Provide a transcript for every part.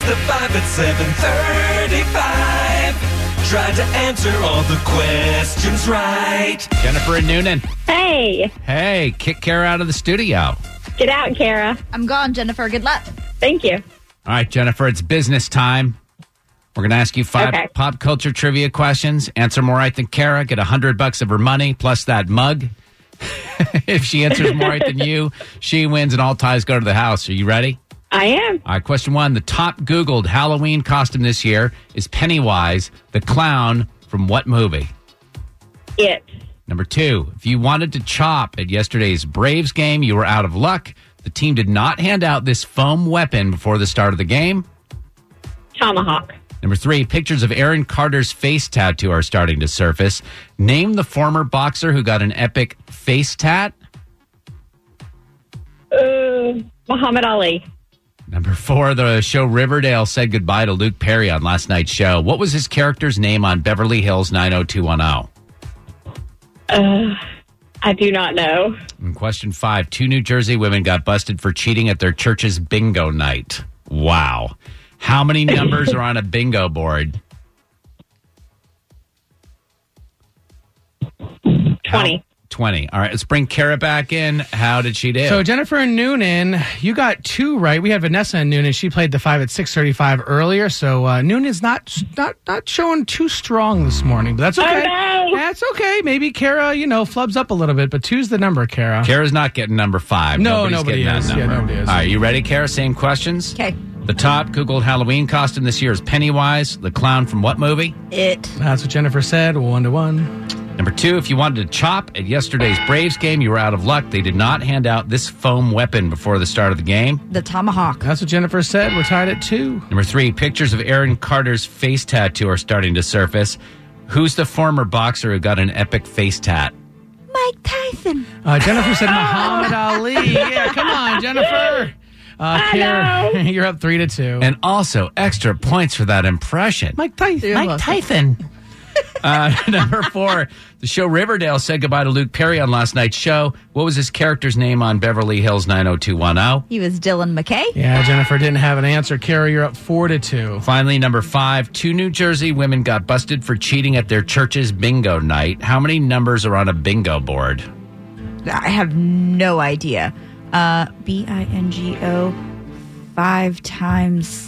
the five at 735. Tried to answer all the questions right. Jennifer and Noonan. Hey, Hey, kick Kara out of the studio. All get out, Kara. I'm gone, Jennifer. Good luck. Thank you. right, Jennifer, it's business time. We're going to ask you five Okay. pop culture trivia questions. Answer more right than Kara, get a 100 bucks of her money plus that mug. if she answers more right than you, she wins and all ties go to the house. Are you ready? I am. All right, question one. The top Googled Halloween costume this year is Pennywise, the clown from what movie? It. Number two, if you wanted to chop at yesterday's Braves game, you were out of luck. The team did not hand out this foam weapon before the start of the game. Tomahawk. Number three, pictures of Aaron Carter's face tattoo are starting to surface. Name the former boxer who got an epic face tat. Uh, Muhammad Ali. Number four, the show Riverdale said goodbye to Luke Perry on last night's show. What was his character's name on Beverly Hills 90210? I do not know. And question five Two New Jersey women got busted for cheating at their church's bingo night. Wow. How many numbers are on a bingo board? 20. 20. All right, let's bring Kara back in. How did she do? So Jennifer and Noonan, you got two right. We had Vanessa and Noonan. She played the five at six thirty-five earlier. So uh, Noonan's not not not showing too strong this morning, but that's okay. no. That's okay. Maybe Kara, you know, flubs up a little bit, but two's the number, Kara. Kara's not getting number five. No, Nobody's nobody getting is. That Yeah, number. nobody is. All right, you ready, Kara? Same questions? Okay. The top Googled Halloween costume this year is Pennywise, the clown from what movie? It. That's what Jennifer said. One to one. Number two, if you wanted to chop at yesterday's Braves game, you were out of luck. They did not hand out this foam weapon before the start of the game. The tomahawk. That's what Jennifer said. We're tied at two. Number three, pictures of Aaron Carter's face tattoo are starting to surface. Who's the former boxer who got an epic face tat? Mike Tyson. Uh, Jennifer said Muhammad Ali. Yeah, come on, Jennifer. Uh, Kara, you're up three to two. And also extra points for that impression. Mike Tyson. Tyson. uh, number four, the show Riverdale said goodbye to Luke Perry on last night's show. What was his character's name on Beverly Hills 90210? He was Dylan McKay. Yeah, Jennifer didn't have an answer. Kara, you're up four to two. Finally, number five, two New Jersey women got busted for cheating at their church's bingo night. How many numbers are on a bingo board? I have no idea. Uh, B I N G O five times.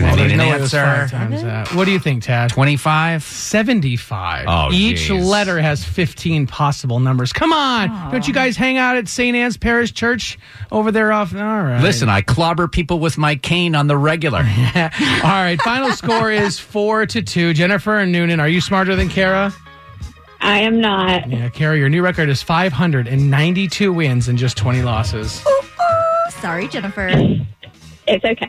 I need There's an no way it was answer. five times that. What do you think, Tad? 25? 75. Oh, Each geez. letter has 15 possible numbers. Come on. Don't you guys hang out at St. Anne's Parish Church over there off? All right. Listen, I clobber people with my cane on the regular. All right. Final score is four to two. Jennifer and Noonan, are you smarter than Kara? I am not. Yeah, Kara, your new record is 592 wins and just 20 losses. Sorry, Jennifer. It's okay.